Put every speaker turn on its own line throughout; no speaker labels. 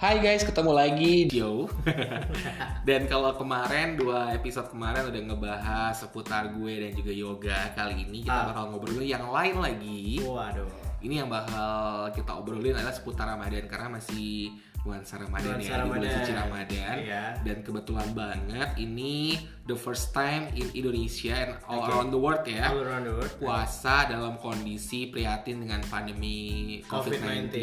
Hai guys, ketemu lagi Dio. dan kalau kemarin dua episode kemarin udah ngebahas seputar gue dan juga yoga. Kali ini kita
Ah.
bakal ngobrolin yang lain lagi.
Waduh.
Ini yang bakal kita obrolin adalah seputar Ramadan karena masih nuansa Ramadan ya
Nuansa
di bulan
Ramadan.
suci Ramadan. Ya.
Iya.
Dan kebetulan banget ini the first time in Indonesia and all
Oke.
around the world ya.
All around the world.
puasa dalam kondisi prihatin dengan pandemi COVID-19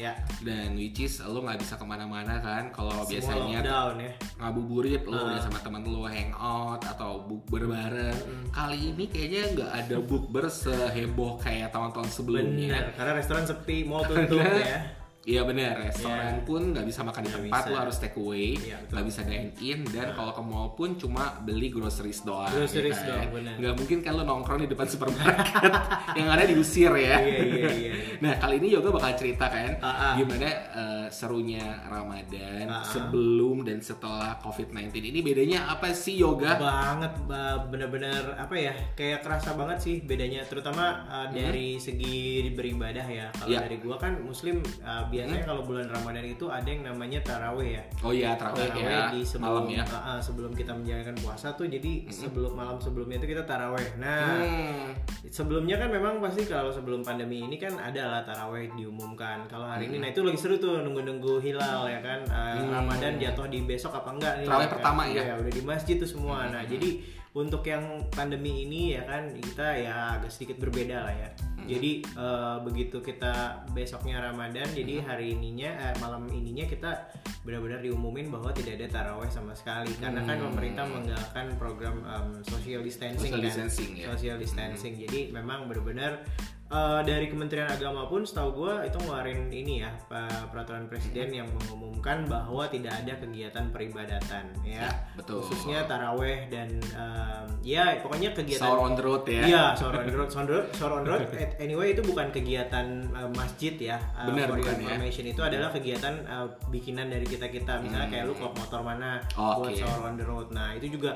Ya.
dan which is lo nggak bisa kemana-mana kan kalau
Semua
biasanya
lockdown ya.
ngabuburit lo
Ah.
udah sama teman lo hangout atau bukber bareng
Hmm.
kali ini kayaknya nggak ada bukber seheboh kayak tahun-tahun
Bener.
sebelumnya
Karena restoran sepi, mall tutup
Karena-
ya.
Iya bener, restoran pun nggak bisa makan di
Nggak
tempat,
bisa.
lo harus take away,
Iya, betul. Nah.
nggak bisa dine in, dan kalau ke mall pun cuma beli groceries doang.
Groceries
ya kan?
doang, bener.
Nggak mungkin kan lo nongkrong di depan supermarket yang ada diusir ya.
Iya, iya, iya.
Nah kali ini Yoga bakal cerita kan
Ah, ah.
gimana eh, serunya Ramadan
Ah, ah.
sebelum dan setelah COVID-19 ini bedanya apa sih Yoga?
banget ba- bener-bener apa ya kayak kerasa banget sih bedanya terutama uh, dari segi beribadah ya kalau
Mhm. Iya. Mhm.
dari gua kan muslim uh, biasanya kalau bulan ramadan itu ada yang namanya taraweh ya
Oh iya terawih ya,
di sebelum
malam ya. Mhm.
uh, uh, sebelum kita menjalankan puasa tuh jadi sebelum malam sebelumnya itu kita taraweh nah
Hmm,
Sebelumnya kan memang pasti kalau sebelum pandemi ini kan ada lah taraweh diumumkan. Kalau hari
Hmm.
ini, nah itu lagi seru tuh nunggu-nunggu hilal ya kan. Eh, Ramadan jatuh di besok apa enggak nih?
Taraweh
kan?
pertama ya? Hmm.
Iya, udah di masjid tuh semua. Nah jadi untuk yang pandemi ini ya kan kita ya agak sedikit berbeda lah ya.
Hmm.
Jadi eh, begitu kita besoknya Ramadan, jadi
Hmm.
hari ininya eh, malam ininya kita benar-benar diumumin bahwa tidak ada taraweh sama sekali karena
Hmm.
kan pemerintah menggalakkan program em, social distancing
Social
kan?
distancing, ya.
social distancing. Jadi memang benar-benar uh, dari Kementerian Agama pun setahu gue itu ngeluarin ini ya pa- peraturan presiden yang mengumumkan bahwa tidak ada kegiatan peribadatan ya.
betul.
Khususnya taraweh dan um, ya pokoknya kegiatan
Sahur on the road ya.
Iya, sahur on the road, sahur on the road, sahur on the road. At- Anyway, itu bukan kegiatan uh, masjid ya. Uh,
Benar,
for your
bukan ya.
information itu adalah kegiatan uh, bikinan dari kita kita. Misalnya kayak lu klub motor mana
Hmm. Oh,
buat
oke.
sahur on the road. Nah, itu juga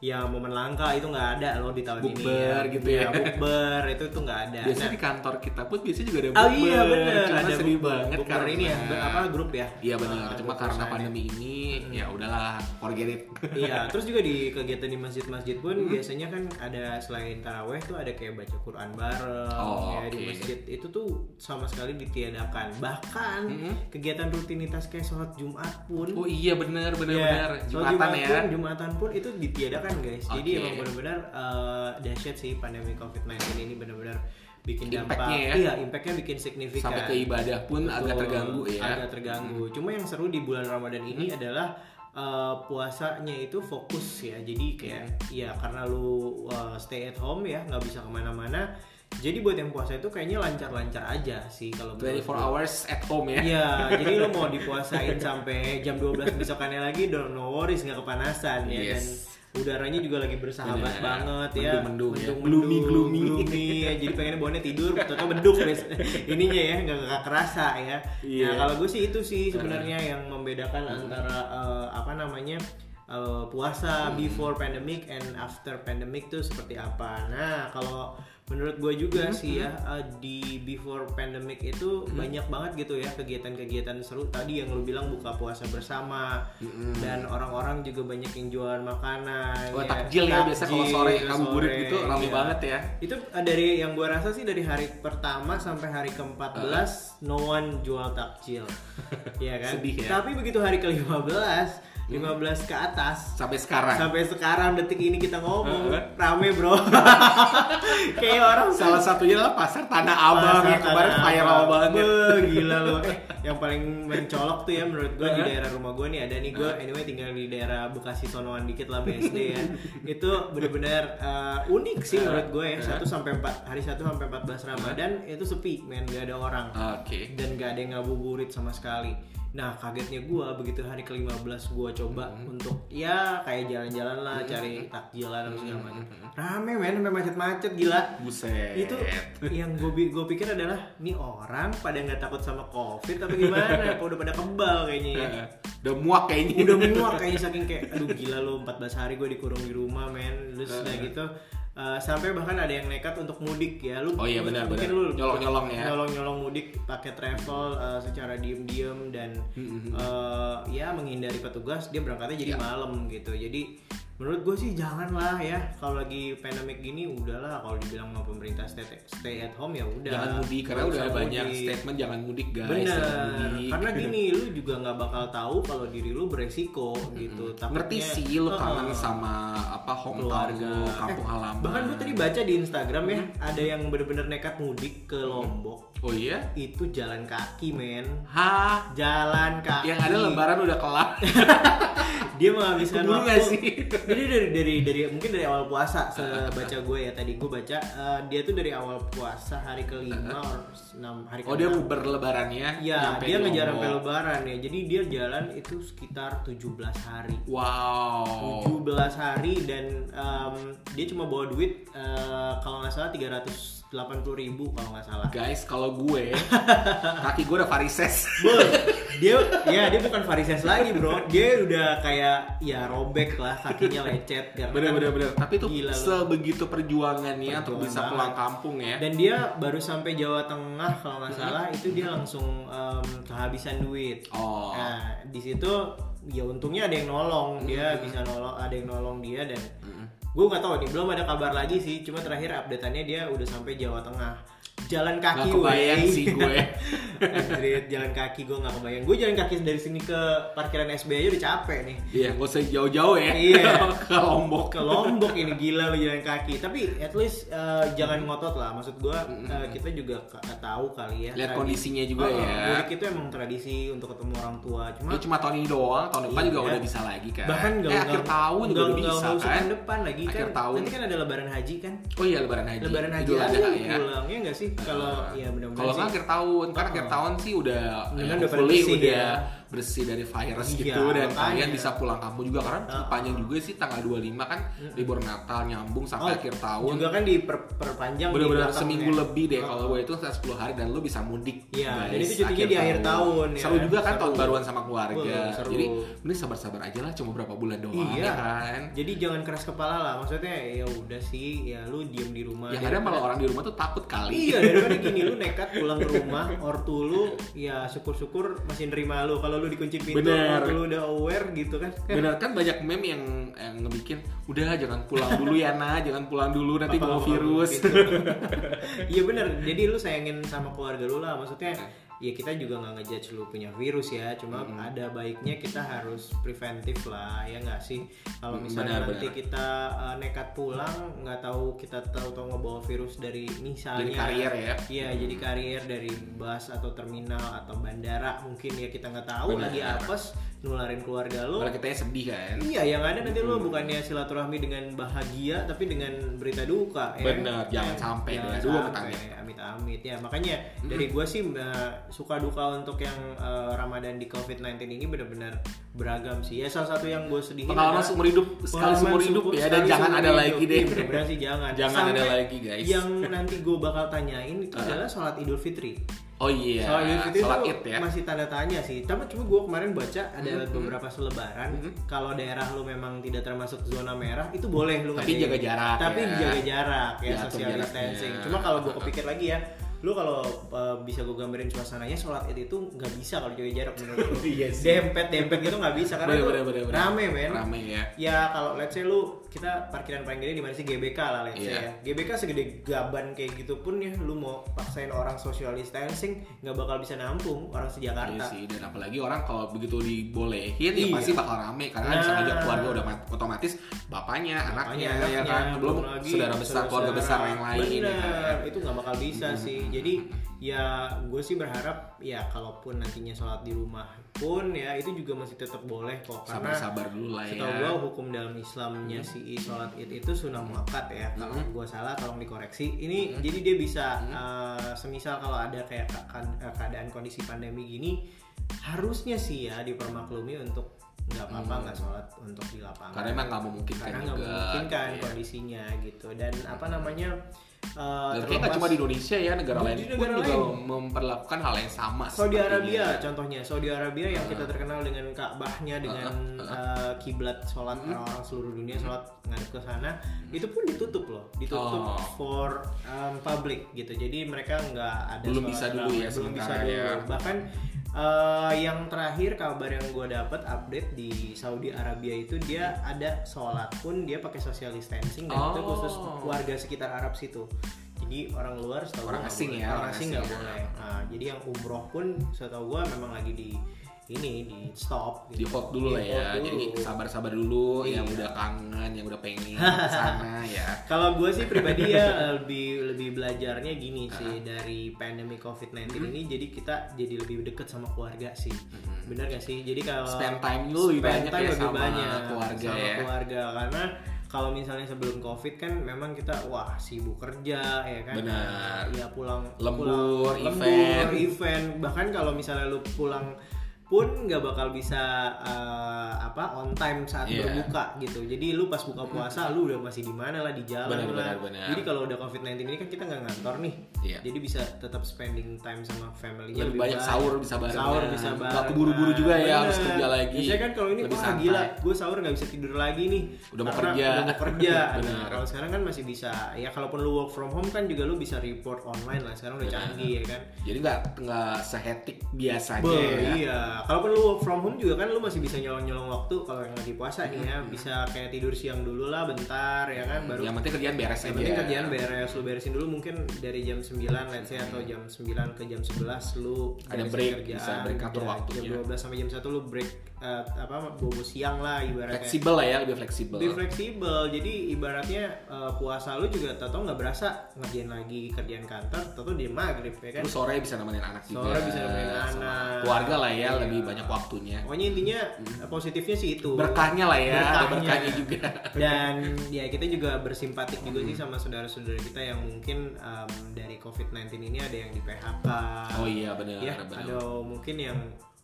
ya momen langka itu nggak ada loh di tahun ini. Iya,
Bukber gitu ya.
Bukber itu tuh nggak ada.
Biasanya di kantor kita pun biasanya juga ada
Nah, iya. oh iya
bukber,
bener
cuma
ada
sedih
bukber.
banget
Bukber
karena
ini ya ber- apa grup ya?
Iya benar, cuma
Ah, grup
karena
perusahaan ya.
pandemi ini ya udahlah, forget it.
iya terus juga di kegiatan di masjid-masjid pun biasanya kan ada selain taraweh tuh ada kayak baca Quran bareng
Oh,
ya, di
oke.
masjid itu tuh sama sekali ditiadakan bahkan
Mm-hmm.
kegiatan rutinitas kayak sholat Jumat pun
Oh iya benar benar
Ya,
benar,
sholat
jumatan
Jumat
ya.
pun, Jumatan pun itu ditiadakan guys. Jadi
Oke.
emang benar-benar eh, dahsyat sih pandemi COVID-19 ini benar-benar bikin dampak.
Impact-nya ya.
Iya, impactnya bikin signifikan.
Sampai ke ibadah pun agak
Betul,
terganggu Hmm. ya.
Agak terganggu. Cuma yang seru di bulan Ramadan ini adalah eh, puasanya itu fokus ya. Jadi kayak
Iya.
ya karena lu eh, stay at home ya, nggak bisa kemana-mana. Jadi buat yang puasa itu kayaknya lancar-lancar aja sih kalau menurut
24
gua.
hours at home ya.
Iya, jadi lo mau dipuasain sampai jam 12 besokannya lagi, don't no worries, nggak kepanasan ya. Dan
Yes.
udaranya juga lagi
Bener.
bersahabat banget ya.
Mendung-mendung ya.
Mendung-mendung,
Gloomy-gloomy.
gloomy ya. Jadi pengennya bawaannya tidur, ternyata beduk bes- ininya ya, nggak nggak kerasa ya.
Iya.
Nah kalau gue sih itu sih sebenarnya yang membedakan antara eh, apa namanya eh, puasa
Hmm.
before pandemic and after pandemic tuh seperti apa. Nah kalau menurut gue
Hmm,
juga sih ya eh, di before pandemic itu banyak banget gitu ya kegiatan-kegiatan seru tadi yang lu bilang buka puasa bersama
Hmm.
dan orang-orang juga banyak yang jualan makanan.
Oh, takjil ya biasa kalau
Iya, takjil, iya,
sore ngabuburit
sore,
gitu ramai
iya.
banget ya.
Itu eh, dari yang gua rasa sih dari hari pertama sampai hari ke-14 no one jual takjil. Iya kan?
Sedih ya. Hmm.
Tapi begitu hari ke-15, 15 ke atas
Sampai sekarang.
sampai sekarang detik ini kita ngomong rame, Bro. Kayak orang
Salah satunya adalah pasar Tanah Abang yang kemarin
Tanah
viral
Abang.
banget.
Beuh, gila lu. Eh, yang paling mencolok tuh ya menurut gue di
Heeh.
daerah rumah gue nih ada nih gue anyway tinggal di daerah Bekasi Sonoan dikit lah BSD ya. Itu bener-bener eh, unik sih menurut gue ya. 1 sampai 4 hari 1 sampai 14 Ramadan itu sepi, men gak ada orang
Oke.
dan gak ada yang ngabuburit sama sekali. Nah kagetnya gua begitu hari ke-15 gua coba
Hmm.
untuk ya kayak jalan-jalan lah cari takjilan dan
Hmm.
segala macam. Rame men sampai macet-macet gila
Buset.
itu yang gue gue pikir adalah nih orang pada nggak takut sama covid tapi gimana Kok udah pada kebal kayaknya ya
Eh, udah muak kayaknya.
udah muak kayaknya saking kayak aduh gila lo 14 hari gue dikurung di rumah men terus udah gitu eh, eh, sampai bahkan ada yang nekat untuk mudik ya lu
Oh iya, benar,
mungkin
benar.
lu
Nyolong-nyolong ya.
nyolong-nyolong mudik pakai travel eh, secara diem-diem dan
Mm-hmm.
eh, ya menghindari petugas dia berangkatnya
Ya.
jadi malam gitu jadi menurut gue sih janganlah ya kalau lagi pandemik gini udahlah kalau dibilang sama pemerintah stay, stay at home ya udah
jangan mudik karena
Nggak
udah
usah
banyak
mudik.
statement jangan mudik guys gitu.
Bener,
jangan mudik.
karena gini lu juga nggak bakal tahu kalau diri lu beresiko gitu. Takutnya-
ngerti sih lu
Heeh.
kangen sama apa hometown
Keluarga.
lu, kampung
Eh,
halaman
Bahkan gue tadi baca di Instagram ya, ada yang bener-bener nekat mudik ke Lombok.
oh iya
Itu jalan kaki men,
ha
jalan kaki.
yang ada lebaran udah kelar
Dia menghabiskan
keburu
waktu.
gak sih Ah,
Jadi dari dari dari mungkin dari awal puasa sebaca gue ya tadi gue baca eh, dia tuh dari awal puasa hari kelima or enam hari
Ah, oh dia
kelima.
bubar lebarannya
Ya,
nyampe
dia
di
ngejar
Lombok.
sampai lebaran ya. Jadi dia jalan itu sekitar 17 hari.
wow
17 hari dan em, dia cuma bawa duit eh, kalau nggak salah 380 ribu kalau nggak salah.
guys kalau gue kaki gue udah varises
Bol, dia ya dia bukan varises lagi bro, dia udah kayak ya robek lah kakinya lecet karena
bener
kan-
bener bener tapi itu
Gila, lu.
sebegitu perjuangannya untuk
Perjuangan
bisa
banget.
pulang kampung ya
Dan dia baru sampai Jawa Tengah kalau nggak salah itu dia langsung em, kehabisan duit.
oh
Nah, di situ ya untungnya ada yang nolong, dia bisa nolong, ada yang nolong dia dan gue nggak tahu nih belum ada kabar lagi sih, cuma terakhir updateannya dia udah sampai Jawa Tengah. Jalan
Gak
kaki
kebayang
wey.
sih gue
Anjrit, jalan kaki gue nggak kebayang. Gue jalan kaki dari sini ke parkiran SB aja udah capek nih.
Iya, gak usah jauh-jauh ya
Iya.
Ke Lombok
Ke Lombok ini gila lu jalan kaki. Tapi at least eh, jangan ngotot lah. Maksud gue eh, kita juga ka- tahu kali ya.
Lihat
tradi-
kondisinya juga
Oh, oh,
ya.
mudik itu emang tradisi untuk ketemu orang tua. Cuma
Lu cuma tahun ini doang, tahun depan
Iya.
juga udah bisa lagi kan.
bahkan nggak
eh,
nggak-
akhir tahun juga
nggak-
udah
nggak
bisa
usah
kan.
tahun depan lagi
Akhir
kan
tahun.
nanti kan ada lebaran haji kan
Oh iya lebaran haji.
lebaran haji
Idul
aja
Adha ya.
pulang ya nggak sih kalau ya mudah-mudahan
Iya. Kalau nggak
sih.
akhir tahun, karena akhir tahun sih udah
Mendingan
ya,
udah pada
hopefully
bersih
udah
ya.
bersih dari virus
Iya,
gitu dan
makanya.
kalian bisa pulang kampung juga karena
Heeh.
panjang juga sih tanggal 25 kan libur Natal nyambung sampai
Oh,
akhir tahun.
juga kan diperpanjang di
Bener-bener
belakang
seminggu
ya.
lebih deh
Oh.
kalau gue itu sekitar 10 hari dan lu bisa mudik.
Iya,
guys,
jadi itu cutinya di akhir tahun, ya
Seru
kan?
juga kan tahun
Seru.
baruan sama keluarga.
Wah, seru.
Jadi mending sabar-sabar aja lah cuma berapa bulan doang
Iya.
ya kan.
jadi jangan keras kepala lah maksudnya ya udah sih ya lu diem di rumah
Yang ada
Daripada-
malah orang di rumah tuh takut kali.
Iya daripada gini lu nekat pulang ke rumah ortu lu ya syukur-syukur masih nerima lu kalau lu dikunci pintu
Bener.
ortu lu udah aware gitu kan
Bener kan banyak meme yang, yang ngebikin udah jangan pulang dulu ya Nah, jangan pulang dulu nanti
Apa
bawa
ngomong
virus.
gitu. Iya bener, jadi lu sayangin sama keluarga lu lah Maksudnya ya kita juga nggak ngejudge lu punya virus ya Cuma
Hmm.
ada baiknya kita harus preventif lah ya nggak sih Kalau
Hmm,
misalnya
benar,
nanti kita uh, nekat pulang nggak tahu kita tahu-tahu ngebawa virus dari misalnya
Jadi karier ya.
Iya jadi karier dari bus atau terminal atau bandara Mungkin ya kita nggak tahu
Benar.
lagi apes nularin keluarga lu
Malah kita sedih kan. Hmm.
Iya, yang ada nanti lu bukannya silaturahmi dengan bahagia tapi dengan berita duka ya.
Bener, jangan sampai
Jangan
berita duka,
sampai.
amit-amit.
Amit-amit ya. Makanya
Hmm.
dari gua sih eh, suka duka untuk yang eh, Ramadan di COVID-19 ini benar-benar beragam sih. Ya salah satu yang gue sedihin
Pengalaman
adalah-
seumur hidup sekali
Pengalaman
seumur hidup
suku-
ya dan
sekali
jangan
seumur
ada
hidup.
lagi deh.
Iya, Mudah-mudahan sih jangan.
Jangan ada
Sampai
lagi, guys.
Yang nanti gue bakal tanyain itu adalah sholat Idul Fitri.
Oh iya,
Soal Idul Fitri
sholat
tuh
id ya. Hmm,
masih tanda tanya sih. Tapi cuma gue kemarin baca ada beberapa selebaran kalau daerah lu memang tidak termasuk zona merah itu boleh lu
Tapi
ngadain.
jaga jarak
Tapi
ya.
jaga jarak ya
Diatur
social
jaraknya.
distancing. Cuma kalau gue kepikir lagi ya, lu kalau uh, bisa gue gambarin suasananya sholat id itu nggak bisa kalau jaga jarak menurut gue.
Iya sih.
dempet dempet gitu nggak bisa
Bener,
karena itu
bener, bener, bener.
rame men.
Rame ya.
Ya kalau let's say lu kita parkiran paling gede di mana sih GBK lah let's say
Iya.
ya. GBK segede gaban kayak gitu pun ya lu mau paksain orang social distancing nggak bakal bisa nampung orang
Iya
se-Jakarta.
sih, dan apalagi orang kalau begitu dibolehin ya
Iya.
pasti bakal rame karena kan bisa
Nah.
ngajak keluarga udah mat- otomatis bapaknya, anaknya, ya kan belum saudara besar keluarga besar yang lain ya
Bener,
kan.
itu nggak bakal bisa sih. Jadi ya gue sih berharap ya kalaupun nantinya sholat di rumah pun ya itu juga masih tetap boleh kok karena
sabar-sabar dulu lah ya.
Setahu gua hukum dalam
Hmm.
Islamnya si sholat id itu sunnah muakat ya. Kalau gua salah tolong dikoreksi. Ini
Hmm.
jadi dia bisa eh, semisal kalau ada kayak ke- kan- eh, keadaan kondisi pandemi gini harusnya sih ya dipermaklumi untuk nggak apa-apa
Hmm.
nggak sholat untuk di lapangan
Karena emang nggak memungkinkan
karena nggak
juga.
memungkinkan
Iya.
kondisinya gitu dan apa namanya eh,
Dan kayaknya nggak cuma di Indonesia ya, negara
Di-
lain
di
pun
negara
juga
lain.
memperlakukan hal yang sama.
Saudi
sepertinya.
Arabia contohnya Saudi Arabia yang kita terkenal dengan Ka'bahnya dengan
Uh-uh,
eh, kiblat sholat
Mm-hmm.
orang-orang seluruh dunia sholat ngadep ke sana itu pun ditutup loh ditutup
Oh.
for um, public gitu jadi mereka nggak ada
Belum
sholat
bisa dulu
terawih,
ya
belum bisa
sementara
dulu
ya.
bahkan eh, yang terakhir kabar yang gue dapat update di Saudi Arabia itu dia ada sholat pun dia pakai social distancing dan itu
Oh.
khusus warga sekitar Arab situ jadi orang luar setahu
Orang
gua nggak
asing
boleh.
ya,
orang
orang
asing
asing
nggak
ya.
boleh Nah, jadi yang umroh pun setahu gua memang lagi di ini di stop gitu.
Di hold dulu lah
Di
ya.
hold
Jadi
dulu. Iya.
sabar-sabar dulu yang udah kangen, yang udah pengen ke sana ya.
kalau gue sih pribadi ya eh, lebih lebih belajarnya gini sih dari pandemi COVID-19
Mm-hmm.
ini jadi kita jadi lebih dekat sama keluarga sih. Bener gak sih? Jadi kalau
Spend time lu lebih
spend
banyak
time
ya
lebih
sama keluarga
sama
ya.
keluarga karena kalau misalnya sebelum COVID kan memang kita wah sibuk kerja ya kan.
Benar.
Ya pulang
Lembur,
pulang-
event.
lembur, event. Bahkan kalau misalnya lu pulang pun nggak bakal bisa eh, apa on time saat
Iya.
berbuka gitu. Jadi lu pas buka puasa lu udah masih di mana lah di jalan
Benar,
jalan lah.
benar, benar.
Jadi kalau udah COVID-19 ini kan kita nggak ngantor nih.
Iya.
Jadi bisa tetap spending time sama family
Lebih banyak sahur bisa bareng. Iya,
Sahur bisa
Nggak
bareng.
keburu-buru juga ya, harus kerja lagi.
Biasanya kan kalau ini
Lebih
wah
santai.
gila, gue sahur nggak bisa tidur lagi nih.
Udah mau
Karena
kerja.
Udah mau kerja. nah,
Benar.
kalau sekarang kan masih bisa. Ya kalaupun lu work from home kan juga lu bisa report online lah. Sekarang udah canggih ya kan.
Jadi nggak nggak sehetik biasanya
Be,
ya.
iya. Kalaupun lu work from home juga kan lu masih bisa nyolong-nyolong waktu kalau yang lagi puasa nih ya. Bisa kayak tidur siang dulu lah bentar ya kan baru
Yang penting kerjaan beres
yang
aja.
penting kerjaan beres lu beresin dulu mungkin dari jam 9 let's say atau jam 9 ke jam 11 lu
Ada
beresin
break, bisa break atur
Ya,
waktunya.
jam 12 sampai jam 1 lu break eh, apa bobo siang lah ibaratnya
Fleksibel lah ya, lebih fleksibel.
lebih fleksibel jadi ibaratnya eh, puasa lu juga tato nggak berasa ngerjain lagi kerjaan kantor tato di maghrib ya kan
Terus sore bisa nemenin anak juga.
Sore bisa nemenin
sama
anak.
Keluarga lah ya,
Iya.
lebih banyak waktunya.
pokoknya intinya eh, positifnya sih itu
Berkahnya lah ya, ada
Berkahnya.
berkahnya juga.
dan ya kita juga bersimpatik juga sih sama saudara-saudara kita yang mungkin em, dari COVID-19 ini ada yang di PHK
Oh iya benar
ya
benar.
atau mungkin yang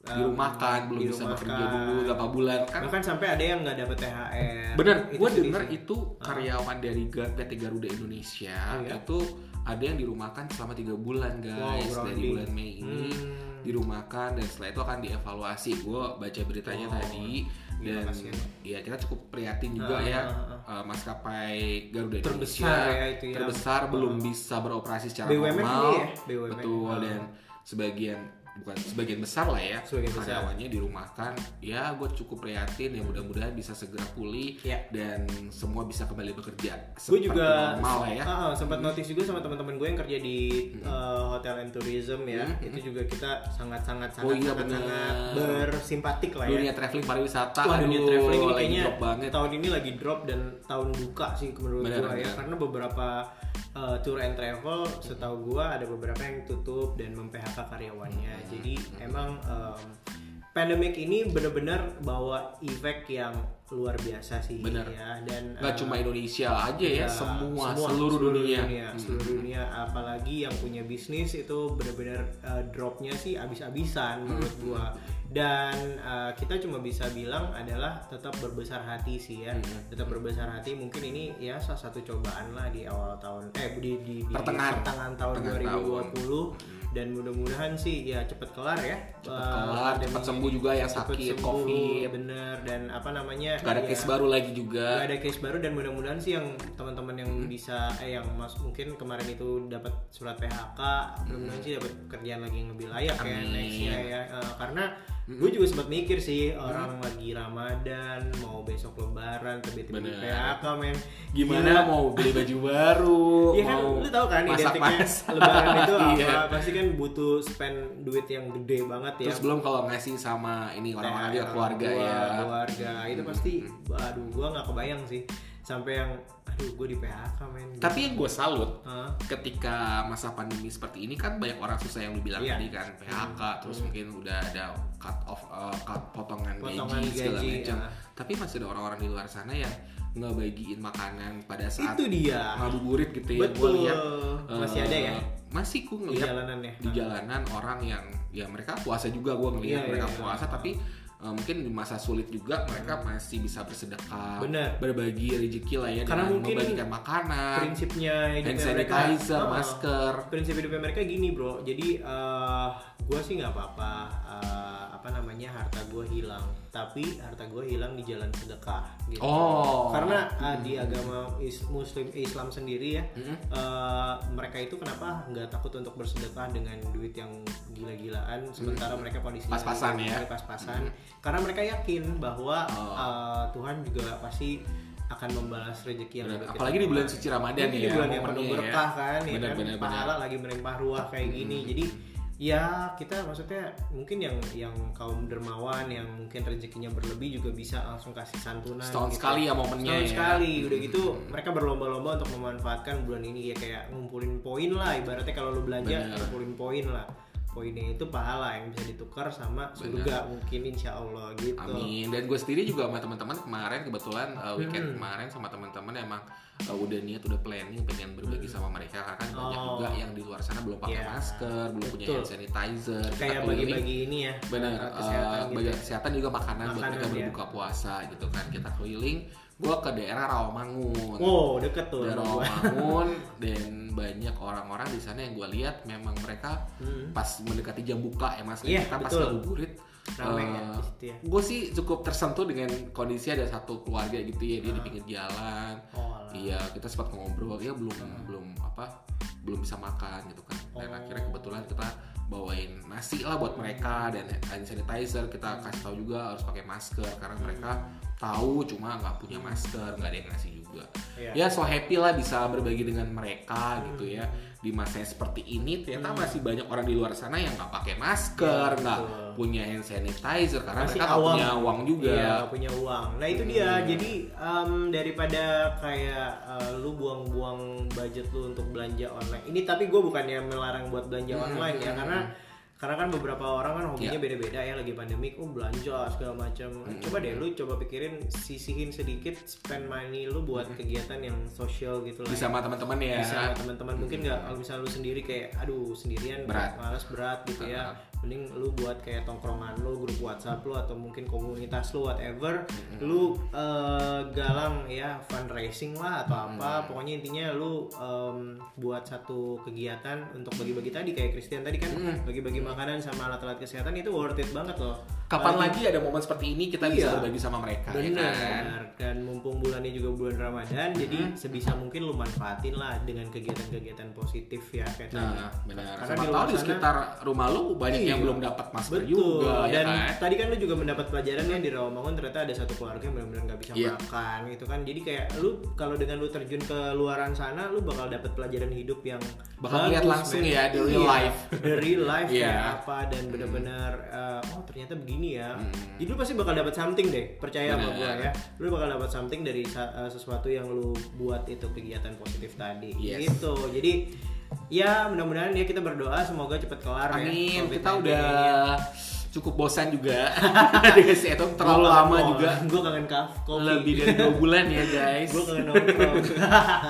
Di rumah kan belum bisa bekerja dulu berapa bulan kan.
bahkan sampai ada yang nggak dapet THR
Bener,
Itu
gue
sedih
denger
sih. Ah.
itu karyawan dari Ga- PT Garuda Indonesia
Iya.
itu ada yang dirumahkan selama tiga bulan guys
Wow,
dari
grounding.
bulan Mei ini
Hmm.
dirumahkan dan setelah itu akan dievaluasi. Gue baca beritanya
Wow.
tadi
Gila,
dan
kasihan.
ya kita cukup prihatin juga
Ah,
ya
ah,
eh, maskapai Garuda
Terbesar
Indonesia
ya itu ya.
terbesar belum bisa beroperasi secara
BUMN ini
normal.
ya, BUMN.
Betul
Ah.
dan sebagian bukan sebagian besar lah ya
Sebagian besar.
karyawannya dirumahkan ya gue cukup prihatin ya mudah-mudahan bisa segera pulih
Ya.
dan semua bisa kembali bekerja
gue
Seperti
juga
normal lah ya
Ah, ah, sempat notice juga sama teman-teman gue yang kerja di eh, hotel and tourism ya itu juga kita sangat-sangat sangat
Oh iya,
sangat, sangat
bener.
bersimpatik lah ya
dunia traveling pariwisata
Wah,
aduh,
dunia traveling ini
lagi
kayaknya
drop banget
tahun ini lagi drop dan tahun buka sih menurut
Benar,
gua ya
benar.
karena beberapa uh, tour and travel setahu gua ada beberapa yang tutup dan memphk karyawannya
Hmm.
jadi emang um, pandemic ini benar-benar bawa efek yang luar biasa sih
Benar.
ya dan
nggak
uh,
cuma Indonesia aja ya,
ya,
semua, seluruh, dunia, Hmm.
seluruh dunia apalagi yang punya bisnis itu benar-benar uh, dropnya sih
Hmm.
abis-abisan menurut gua dan uh, kita cuma bisa bilang adalah tetap berbesar hati sih ya
Hmm.
tetap berbesar hati mungkin ini ya salah satu cobaan lah di awal tahun eh di di, di
Pertengahan.
pertengahan tahun
Pertengahan Hmm.
2020 dan mudah-mudahan sih ya cepet kelar ya
Cepet kelar, cepet sembuh juga yang sakit, covid.
bener dan apa namanya
Gak ada
ya,
case baru lagi juga
Gak ada case baru dan mudah-mudahan sih yang teman-teman yang
Hmm.
bisa eh yang mas mungkin kemarin itu dapat surat PHK mudah-mudahan sih dapat kerjaan lagi yang lebih layak ya
Hmm. Amin. Hmm.
nextnya ya Eh, karena gue juga sempat mikir sih orang lagi Ramadan mau besok Lebaran tiba-tiba di
Bener.
PHK men
gimana
Gila.
mau beli baju baru
Iya kan,
mau
lu tau kan identiknya
masak-masak.
Lebaran itu apa?
Iya.
Pasti kan butuh spend duit yang gede banget ya.
terus belum kalau ngasih sama ini orang-orang
THR,
juga keluarga
Nah, gua,
ya Hmm.
keluarga itu pasti aduh gua nggak kebayang sih sampai yang aduh gue di PHK men
tapi yang gue salut
Hah?
ketika masa pandemi seperti ini kan banyak orang susah yang lu bilang
Iya. Hmm.
tadi kan PHK terus mungkin udah ada cut off uh, cut potongan,
Potongan
gaji segala
gaji,
macam.
ya.
Tapi masih ada orang-orang di luar sana yang ngebagiin makanan pada saat
itu dia
ngabuburit gitu ya. Gue
betul
lihat uh,
masih ada ya
Masih ku
di
ngeliat
jalanan ya
di jalanan orang yang ya mereka puasa juga gue ngeliat
Iya,
mereka
iya, iya.
puasa tapi eh, mungkin di masa sulit juga mereka masih bisa bersedekah,
Benar.
berbagi rezeki lah ya
Karena
dengan
mungkin
membagikan makanan,
prinsipnya
Kan hand
hidupnya mereka
sanitizer,
Oh,
masker.
prinsip hidupnya mereka gini bro jadi eh gue sih nggak apa-apa eh, apa namanya harta gue hilang tapi harta gue hilang di jalan sedekah gitu
Oh.
karena eh, di agama is- muslim Islam sendiri ya eh, mereka itu kenapa nggak takut untuk bersedekah dengan duit yang gila-gilaan sementara mereka kondisi
Hmm. Pas-pasan ya.
pas-pasan karena mereka yakin bahwa
Oh.
eh, Tuhan juga pasti akan membalas rezeki yang
Benar.
lebih kita
Apalagi di bulan
makan.
suci Ramadan
Ini
ya.
iya, di bulan yang
momennya
penuh
ya.
berkah kan,
Benar,
ya kan?
benar, benar.
pahala lagi melimpah ruah kayak
Hmm.
gini. Jadi ya kita maksudnya mungkin yang yang kaum dermawan yang mungkin rezekinya berlebih juga bisa langsung kasih santunan.
Setahun
gitu.
sekali ya momennya.
Setahun
ya.
sekali udah gitu mereka berlomba-lomba untuk memanfaatkan bulan ini ya kayak ngumpulin poin lah ibaratnya kalau lu belanja
Benar.
ngumpulin poin lah poinnya itu pahala yang bisa ditukar sama surga mungkin insya Allah gitu
Amin. Dan gue sendiri juga sama teman-teman kemarin kebetulan uh,
Hmm.
weekend kemarin sama teman-teman emang uh, udah niat udah planning pengen berbagi sama mereka karena kan banyak
Hmm. Oh.
juga yang di luar sana belum pakai
Ya,
masker, belum punya
betul.
hand sanitizer. Kita
kayak
keliling,
bagi-bagi ini ya
benar
alat
uh,
kesehatan gitu
bagi
ya.
kesehatan juga makanan, buat
Makanan,
mereka
ya.
berbuka puasa gitu kan. Kita keliling, gue ke daerah Rawamangun.
Wow, deket tuh.
daerah
sama gua.
Rawamangun dan banyak orang-orang di sana yang gue lihat memang mereka
Hmm.
pas mendekati jam buka ya mas
Iya,
kita pas
betul.
ngabuburit
Ramai ya
Eh,
di situ ya.
gue sih cukup tersentuh dengan kondisi ada satu keluarga gitu ya dia di
Ah.
pinggir jalan
Oh, alah.
iya kita sempat ngobrol ya belum belum apa belum bisa makan gitu kan dan
Hmm. Oh.
akhirnya kebetulan kita bawain nasi lah buat
Hmm.
mereka dan hand sanitizer kita kasih tahu juga harus pakai masker
Hmm.
karena mereka tahu cuma nggak punya masker nggak ada yang ngasih juga
Iya.
ya so happy lah bisa berbagi dengan mereka
Hmm.
gitu ya di masa yang seperti ini ternyata masih banyak orang di luar sana yang nggak pakai masker
Iya,
nggak
betul.
punya hand sanitizer karena
Masih
mereka nggak
awam.
punya uang juga Iya.
Iya, nggak punya uang. Nah itu dia. Jadi em, daripada kayak eh, lu buang-buang budget lu untuk belanja online. Ini tapi gue bukannya melarang buat belanja
Hmm,
online ya, karena karena kan beberapa orang kan
Iya.
hobinya beda-beda ya lagi pandemik, oh belanja segala macam.
Hmm,
Coba deh lu coba pikirin sisihin sedikit spend money lu buat kegiatan yang social gitu lah.
Hmm. bisa sama teman-teman ya
bisa sama teman-teman mungkin nggak kalau misalnya lu sendiri kayak aduh sendirian
Berat. Ah.
malas berat gitu ya mending lu buat kayak tongkrongan lu grup WhatsApp lu atau mungkin komunitas lu whatever
Hmm.
lu eh, galang ya fundraising lah atau
Hmm.
apa pokoknya intinya lu em, buat satu kegiatan untuk bagi-bagi tadi kayak Christian tadi kan
Hmm.
bagi-bagi makanan sama alat-alat kesehatan itu worth it banget loh
kapan lagi ada momen seperti ini kita bisa
Iya.
berbagi sama mereka ya
Benar.
kan?
Dan mumpung bulannya juga bulan Ramadan, jadi sebisa mungkin lu manfaatin lah dengan kegiatan-kegiatan positif ya kayak tadi.
nah benar
Karena
sama
di
tahu
luar
di
sana-
sekitar rumah lu banyak yang
Iya.
belum dapat masker
Betul.
juga ya
Dan
kan
tadi kan lu juga mendapat pelajaran ya di Rawamangun ternyata ada satu keluarga yang benar-benar nggak bisa
Iya.
makan gitu kan. Jadi kayak lu kalau dengan lu terjun ke luaran sana, lu bakal dapat pelajaran hidup yang
Bakal lihat langsung
men.
ya, the real
Iya.
life.
The real life
Iya.
kayak apa dan benar-benar eh, oh ternyata begini ya. Jadi lu pasti bakal dapat something deh, percaya sama gua
Hmm. Benar.
ya. Lu bakal dapat something dari sa- eh, sesuatu yang lu buat itu kegiatan positif tadi.
Yes.
Gitu. Jadi ya mudah-mudahan ya kita berdoa semoga cepat kelar ya,
Amin, kita
COVID-19
udah
ini.
cukup bosan juga dengan si Eto terlalu lama juga
gue kangen kaf kopi
lebih dari dua bulan ya guys.
gue kangen nongkrong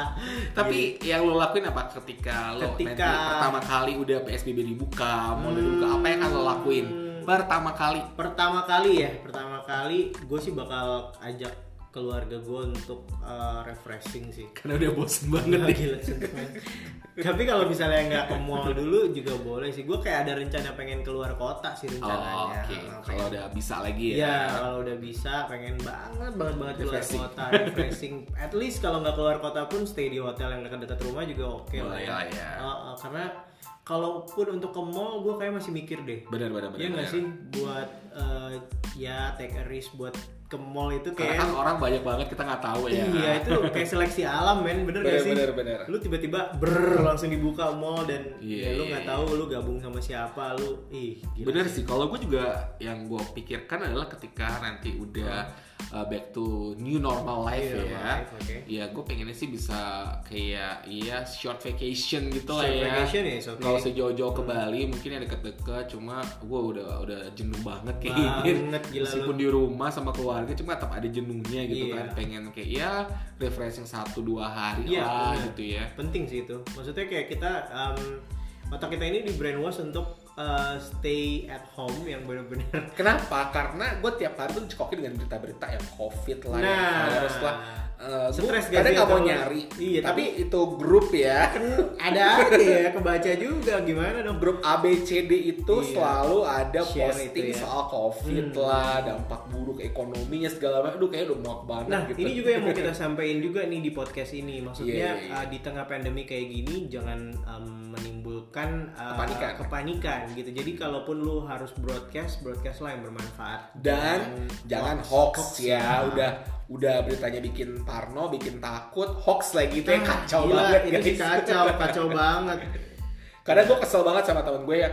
Tapi yang lo lakuin apa ketika lo nanti
Ketika-
pertama kali udah PSBB dibuka, mau dibuka apa yang akan lo lakuin pertama kali?
pertama kali ya pertama kali gue sih bakal ajak keluarga gue untuk eh, refreshing sih
Karena udah bosan banget
Gila,
deh.
gila, sentuh banget. tapi kalau misalnya nggak ke mall dulu juga boleh sih gue kayak ada rencana pengen keluar kota sih
Oh,
rencananya
Oke,
Nah, pengen-
kalau udah bisa lagi
Iya,
ya.
kalau udah bisa pengen banget banget banget keluar
Refreshing.
kota, refreshing. At least kalau nggak keluar kota pun stay di hotel yang dekat-dekat rumah juga oke lah
Boleh
ya.
lah ya.
Eh, eh, karena kalaupun untuk ke mall gue kayak masih mikir deh.
Benar, benar, benar.
Iya nggak
benar.
sih buat eh, ya take a risk buat ke mall itu
Karena kan
kayak
orang banyak banget kita nggak tahu ya.
Iya itu kayak seleksi alam men bener
Bener,
gak sih?
bener, bener.
Lu tiba-tiba ber langsung dibuka mall dan
Iya,
ya lu
iya,
nggak
iya.
tahu lu gabung sama siapa lu ih gila.
Bener sih, kalau gue juga yang gue pikirkan adalah ketika nanti udah uh, back to new normal life
Hmm. Iya,
ya.
life, oke.
Ya gue pengennya sih bisa kayak iya short vacation gitu
Short
lah ya.
vacation ya, it's okay.
Kalau sejauh-jauh ke Bali mungkin yang deket-deket, cuma gue udah udah jenuh banget kayak
Banget, gila
Meskipun di rumah sama keluarga, cuma tetap ada jenuhnya gitu
Iya.
kan. Pengen kayak ya refreshing satu dua hari
Iya,
lah
bener.
gitu ya.
penting sih itu maksudnya kayak kita em, otak kita ini di brainwash untuk eh, stay at home yang benar-benar
Kenapa? Karena gue tiap hari tuh dicekokin dengan berita-berita yang covid lah, yang
Nah.
virus lah. Eh, gua
Stres
kadang
gak
nggak mau
sih, atau-
nyari.
Iya,
tapi,
tapi-
itu grup ya.
ada aja ya kebaca juga gimana dong
Grup A B C D itu
Iya.
selalu ada
Share
posting
itu ya.
soal covid
Hmm.
lah, dampak buruk ekonominya segala macam. Aduh kayaknya udah muak banget
Nah,
gitu.
ini juga yang mau kita sampaikan juga nih di podcast ini. Maksudnya
Iya, iya, iya.
uh, di tengah pandemi kayak gini jangan um, menimbulkan uh,
Kepanikan.
kepanikan gitu. Jadi kalaupun lu harus broadcast, broadcast lah yang bermanfaat.
Dan jangan hoax, ya. Udah udah beritanya bikin parno, bikin takut, hoax lagi itu yang
Ah,
kacau
gila,
banget
Itu sih
guys.
kacau, kacau banget.
Karena gue kesel banget sama temen gue ya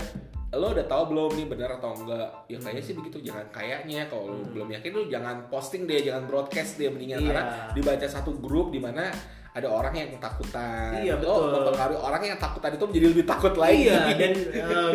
lo udah tahu belum nih bener atau enggak
Hmm.
ya kayaknya sih begitu jangan kayaknya kalau lo belum yakin lo jangan posting deh jangan broadcast deh mendingan
Iya.
karena dibaca satu grup di mana ada orang yang ketakutan
Iya,
Lo
betul.
mempengaruhi orang yang takutan itu menjadi lebih takut lagi
Iya, dan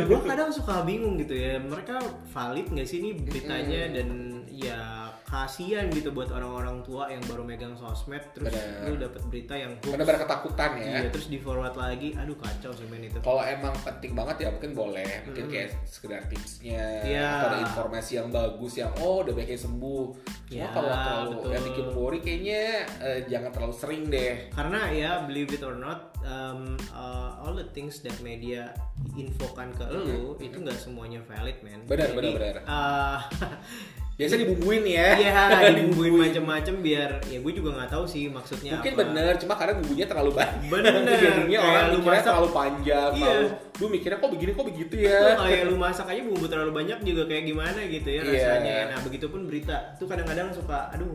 gue kadang suka bingung gitu ya. Mereka valid nggak sih ini beritanya dan ya kasihan gitu buat orang-orang tua yang baru megang sosmed terus
Benar.
lu dapat berita yang hoax.
bener berketakutan ya
Iya, terus di forward lagi, aduh kacau sih men itu.
kalau emang penting banget ya mungkin boleh mungkin
Mm.
kayak sekedar tipsnya
Iya.
atau ada informasi yang bagus yang oh udah baiknya sembuh cuma
Iya,
kalau kalau
betul.
yang bikin worry kayaknya eh, jangan terlalu sering deh
Karena ya believe it or not, um, uh, all the things that media infokan ke lu itu nggak semuanya valid men.
Benar,
Jadi,
benar, benar.
uh,
biasanya dibumbuin ya
ya dibumbuin macam-macam biar ya gue juga nggak tahu sih maksudnya
mungkin
iya, apa.
bener cuma karena bumbunya terlalu banyak
Bener.
jadinya
Kayak
orang
lu
mikirnya
masak-
terlalu panjang
Iya.
terlalu lu mikirnya kok begini kok begitu ya
Lu kayak lu masak aja bumbu terlalu banyak juga kayak gimana gitu ya
Iya.
rasanya ya. Nah begitupun berita tuh kadang-kadang suka aduh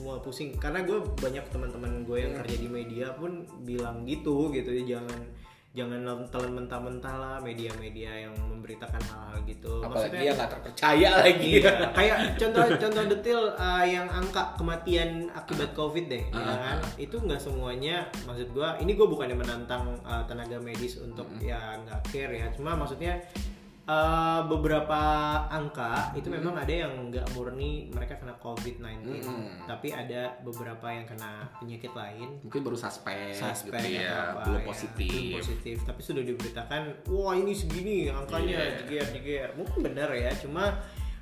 gua pusing karena gue banyak teman-teman gue
Iya.
yang kerja di media pun bilang gitu gitu ya jangan jangan telan mentah-mentah lah media-media yang memberitakan hal-hal gitu
apalagi yang nggak terpercaya lagi
Iya, kayak contoh contoh detail uh, yang angka kematian akibat covid deh, ya
Ah,
kan? Itu nggak semuanya, maksud gua ini gue bukannya menantang uh, tenaga medis untuk ya nggak care ya, cuma maksudnya uh, beberapa angka itu memang ada yang nggak murni mereka kena covid 19
Mm-mm.
tapi ada beberapa yang kena penyakit lain.
mungkin baru suspek,
Suspek
gitu ya
atau apa,
belum
ya,
positif
belum positif tapi sudah diberitakan wah ini segini angkanya
Iya.
jeger jeger mungkin benar ya cuma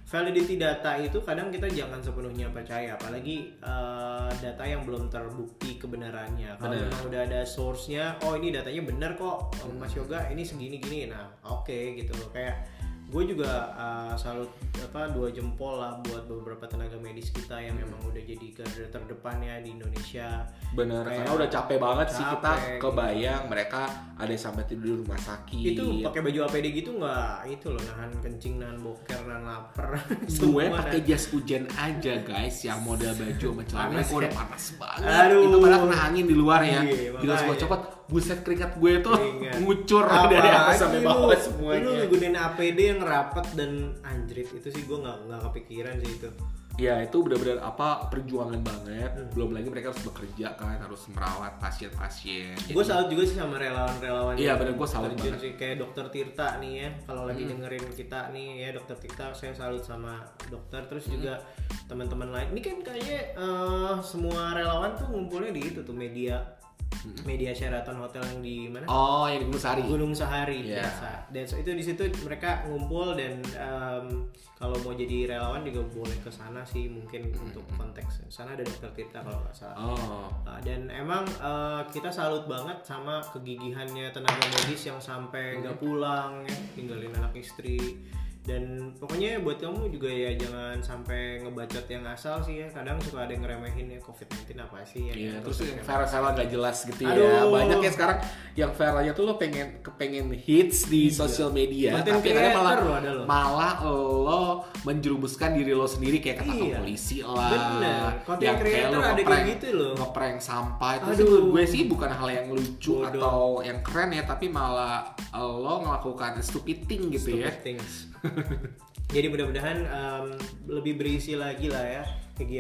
validity data itu kadang kita jangan sepenuhnya percaya apalagi eh, data yang belum terbukti kebenarannya kalau
Benar.
memang udah ada source-nya oh ini datanya benar kok Mas
Hmm.
Yoga ini segini gini nah oke gitu loh kayak gue juga eh, salut apa dua jempol lah buat beberapa tenaga medis kita yang
Hmm.
memang udah jadi garda terdepannya di Indonesia
bener
Kayak-
karena udah capek banget sih kita
Capek.
kebayang mereka ada yang sampai tidur di rumah sakit
itu pakai baju APD gitu nggak itu loh nahan kencing nahan boker nahan lapar
gue
Semua
pakai
nahan.
jas hujan aja guys yang model baju sama celana
Panas
gue udah
ya?
panas banget
Aduh.
itu padahal kena angin di luar ya
Iya,
gila gue
makanya.
copot buset keringat gue tuh
Keringat.
ngucur
Apalagi
dari atas sampai
lu-
bawah
lu
semuanya
nggunain APD yang rapat dan anjrit itu sih gue nggak nggak kepikiran sih itu
ya itu benar-benar apa perjuangan banget
Hmm.
belum lagi mereka harus bekerja kan harus merawat pasien-pasien
gue salut juga sih sama relawan-relawan
Iya,
yang
bener, Hmm. gua salut
terjun
banget.
sih. kayak dokter Tirta nih ya kalau lagi dengerin kita nih ya dokter Tirta saya salut sama dokter terus
Hmm.
juga teman-teman lain ini kan kayaknya eh, semua relawan tuh ngumpulnya di itu tuh media
Hmm.
media Sheraton Hotel yang di mana
oh yang di Gunung Sari
Gunung Sahari
Iya.
biasa. Dan so, itu di situ mereka ngumpul dan em, kalau mau jadi relawan juga boleh ke sana sih mungkin
Hmm.
untuk konteks. Sana ada dokter Tirta kalau nggak salah.
oh
Nah, dan emang eh, kita salut banget sama kegigihannya tenaga medis yang
Hmm.
sampai nggak pulang, ya, tinggalin anak istri. Dan pokoknya buat kamu juga ya jangan sampai ngebacot yang asal sih ya. Kadang suka ada yang ngeremehin ya COVID-19 apa sih ya.
Iya,
Gitu.
terus yang viral-viral gak jelas gitu ya.
Aduh.
Banyak ya sekarang yang viralnya tuh lo pengen kepengen hits di sosial media, tapi
Content
akhirnya malah
Iya. creator lo ada lo.
malah lo menjerumuskan diri lo sendiri kayak ketangkap
Iya.
polisi lah.
Bener. Content
Yang kayak
creator
lo
ada kayak
ngeprank-
gitu loh.
Ngeprank sampah itu
Aduh.
sih menurut gue sih bukan hal yang lucu
Bodoh.
atau yang keren ya, tapi malah lo melakukan stupid thing gitu ya.
Stupid things. Jadi mudah-mudahan em, lebih berisi lagi lah ya
Iya.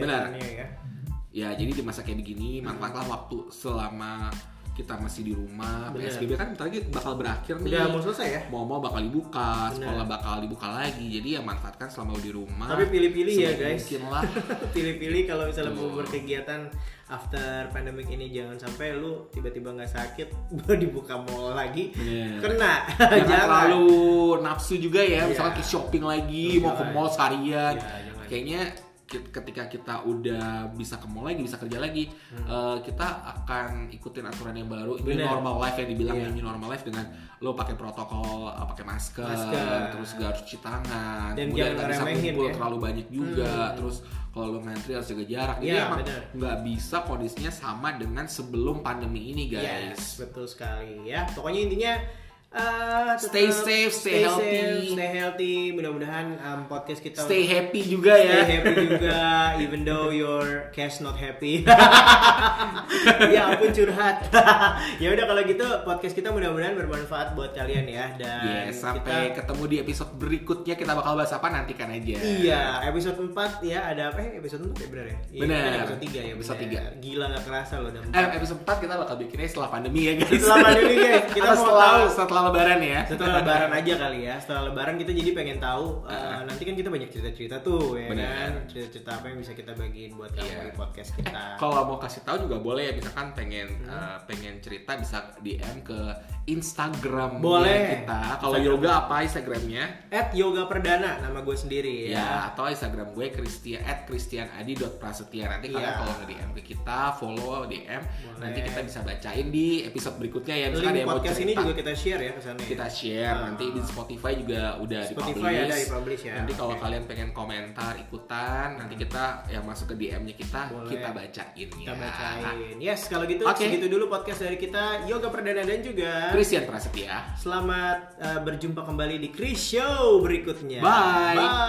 kegiatannya ya. Hmm.
Ya jadi di masa kayak begini manfaatlah waktu selama kita masih di rumah
Bener.
psbb kan bentar lagi bakal berakhir nih
Udah mau selesai ya?
mau-mau bakal dibuka,
Bener.
sekolah bakal dibuka lagi. Jadi ya manfaatkan selama lu di rumah.
Tapi pilih-pilih ya,
sebaik
guys.
Mungkin lah.
pilih-pilih kalau misalnya mau
Betul.
berkegiatan after pandemic ini jangan sampai lu tiba-tiba nggak sakit baru dibuka mall lagi
Bener.
kena
Jangan terlalu nafsu juga ya,
Iya.
misalkan ke shopping lagi,
Jangan.
mau ke mall seharian.
Iya, jangan.
Kayaknya ki- ketika kita udah bisa ke mall lagi, bisa kerja lagi, eh, kita akan ikutin aturan yang baru, ini
Hmm. Bener.
normal life yang dibilang
Iya.
ini normal life dengan lo pakai protokol, eh, pakai masker,
Masker.
terus gak harus cuci tangan,
Dan
kemudian
jangan
nggak bisa
ngeremehin
kumpul
ya. Hmm.
terlalu banyak juga, terus kalau lo ngantri harus jaga jarak. Jadi
Iya,
emang
bener.
nggak bisa kondisinya sama dengan sebelum pandemi ini,
Iya,
guys.
Yes, betul sekali ya. Pokoknya intinya eh, tetap
Stay safe, stay healthy.
stay healthy. Mudah-mudahan em, podcast kita
Stay happy juga ya.
stay happy juga, even though your cash not happy. ya ampun curhat. ya udah kalau gitu podcast kita mudah-mudahan bermanfaat buat kalian ya dan
Yes, Iya, sampai
kita
ketemu di episode berikutnya kita bakal bahas apa nantikan aja.
Iya, episode 4 ya ada apa? Eh, episode 4 ya benar ya? Iya,
Benar.
kan Episode 3 ya,
Episode
benar. Gila gak kerasa loh dan
Eh, episode 4 kita bakal bikinnya setelah pandemi ya guys.
Setelah pandemi, guys. Kita
Atau
mau
setelah,
tahu.
setelah lebaran ya.
setelah lebaran aja kali ya setelah lebaran kita jadi pengen tahu uh,
Ah.
nanti kan kita banyak cerita cerita tuh ya
Benar.
kan cerita cerita apa yang bisa kita bagiin buat kamu
Iya.
di podcast kita
Kalau mau kasih tahu juga boleh ya misalkan pengen
Hmm.
eh, pengen cerita bisa DM ke Instagram
Boleh.
kita. Kalau
Instagram.
yoga apa Instagramnya?
at yoga perdana nama gue sendiri
Ya.
ya
atau Instagram gue Christian at christianadi.prasetya nanti kalian
Iya.
kalau nge DM ke kita follow DM
Boleh.
nanti kita bisa bacain di episode berikutnya ya misalkan ada
link
yang mau
podcast ini
cerita.
juga kita share ya kesannya ya.
kita share
Ah.
nanti di Spotify juga udah
Spotify
dipublish.
ada dipublish ya.
Nanti kalau
Oke.
kalian pengen komentar ikutan, nanti kita yang masuk ke DM-nya kita
Boleh.
kita bacain
kita
ya.
bacain yes kalau gitu
Oke.
segitu dulu podcast dari kita yoga perdana dan juga eh,
Christian Prasetya.
selamat uh, berjumpa kembali di Chris Show berikutnya
Bye.
bye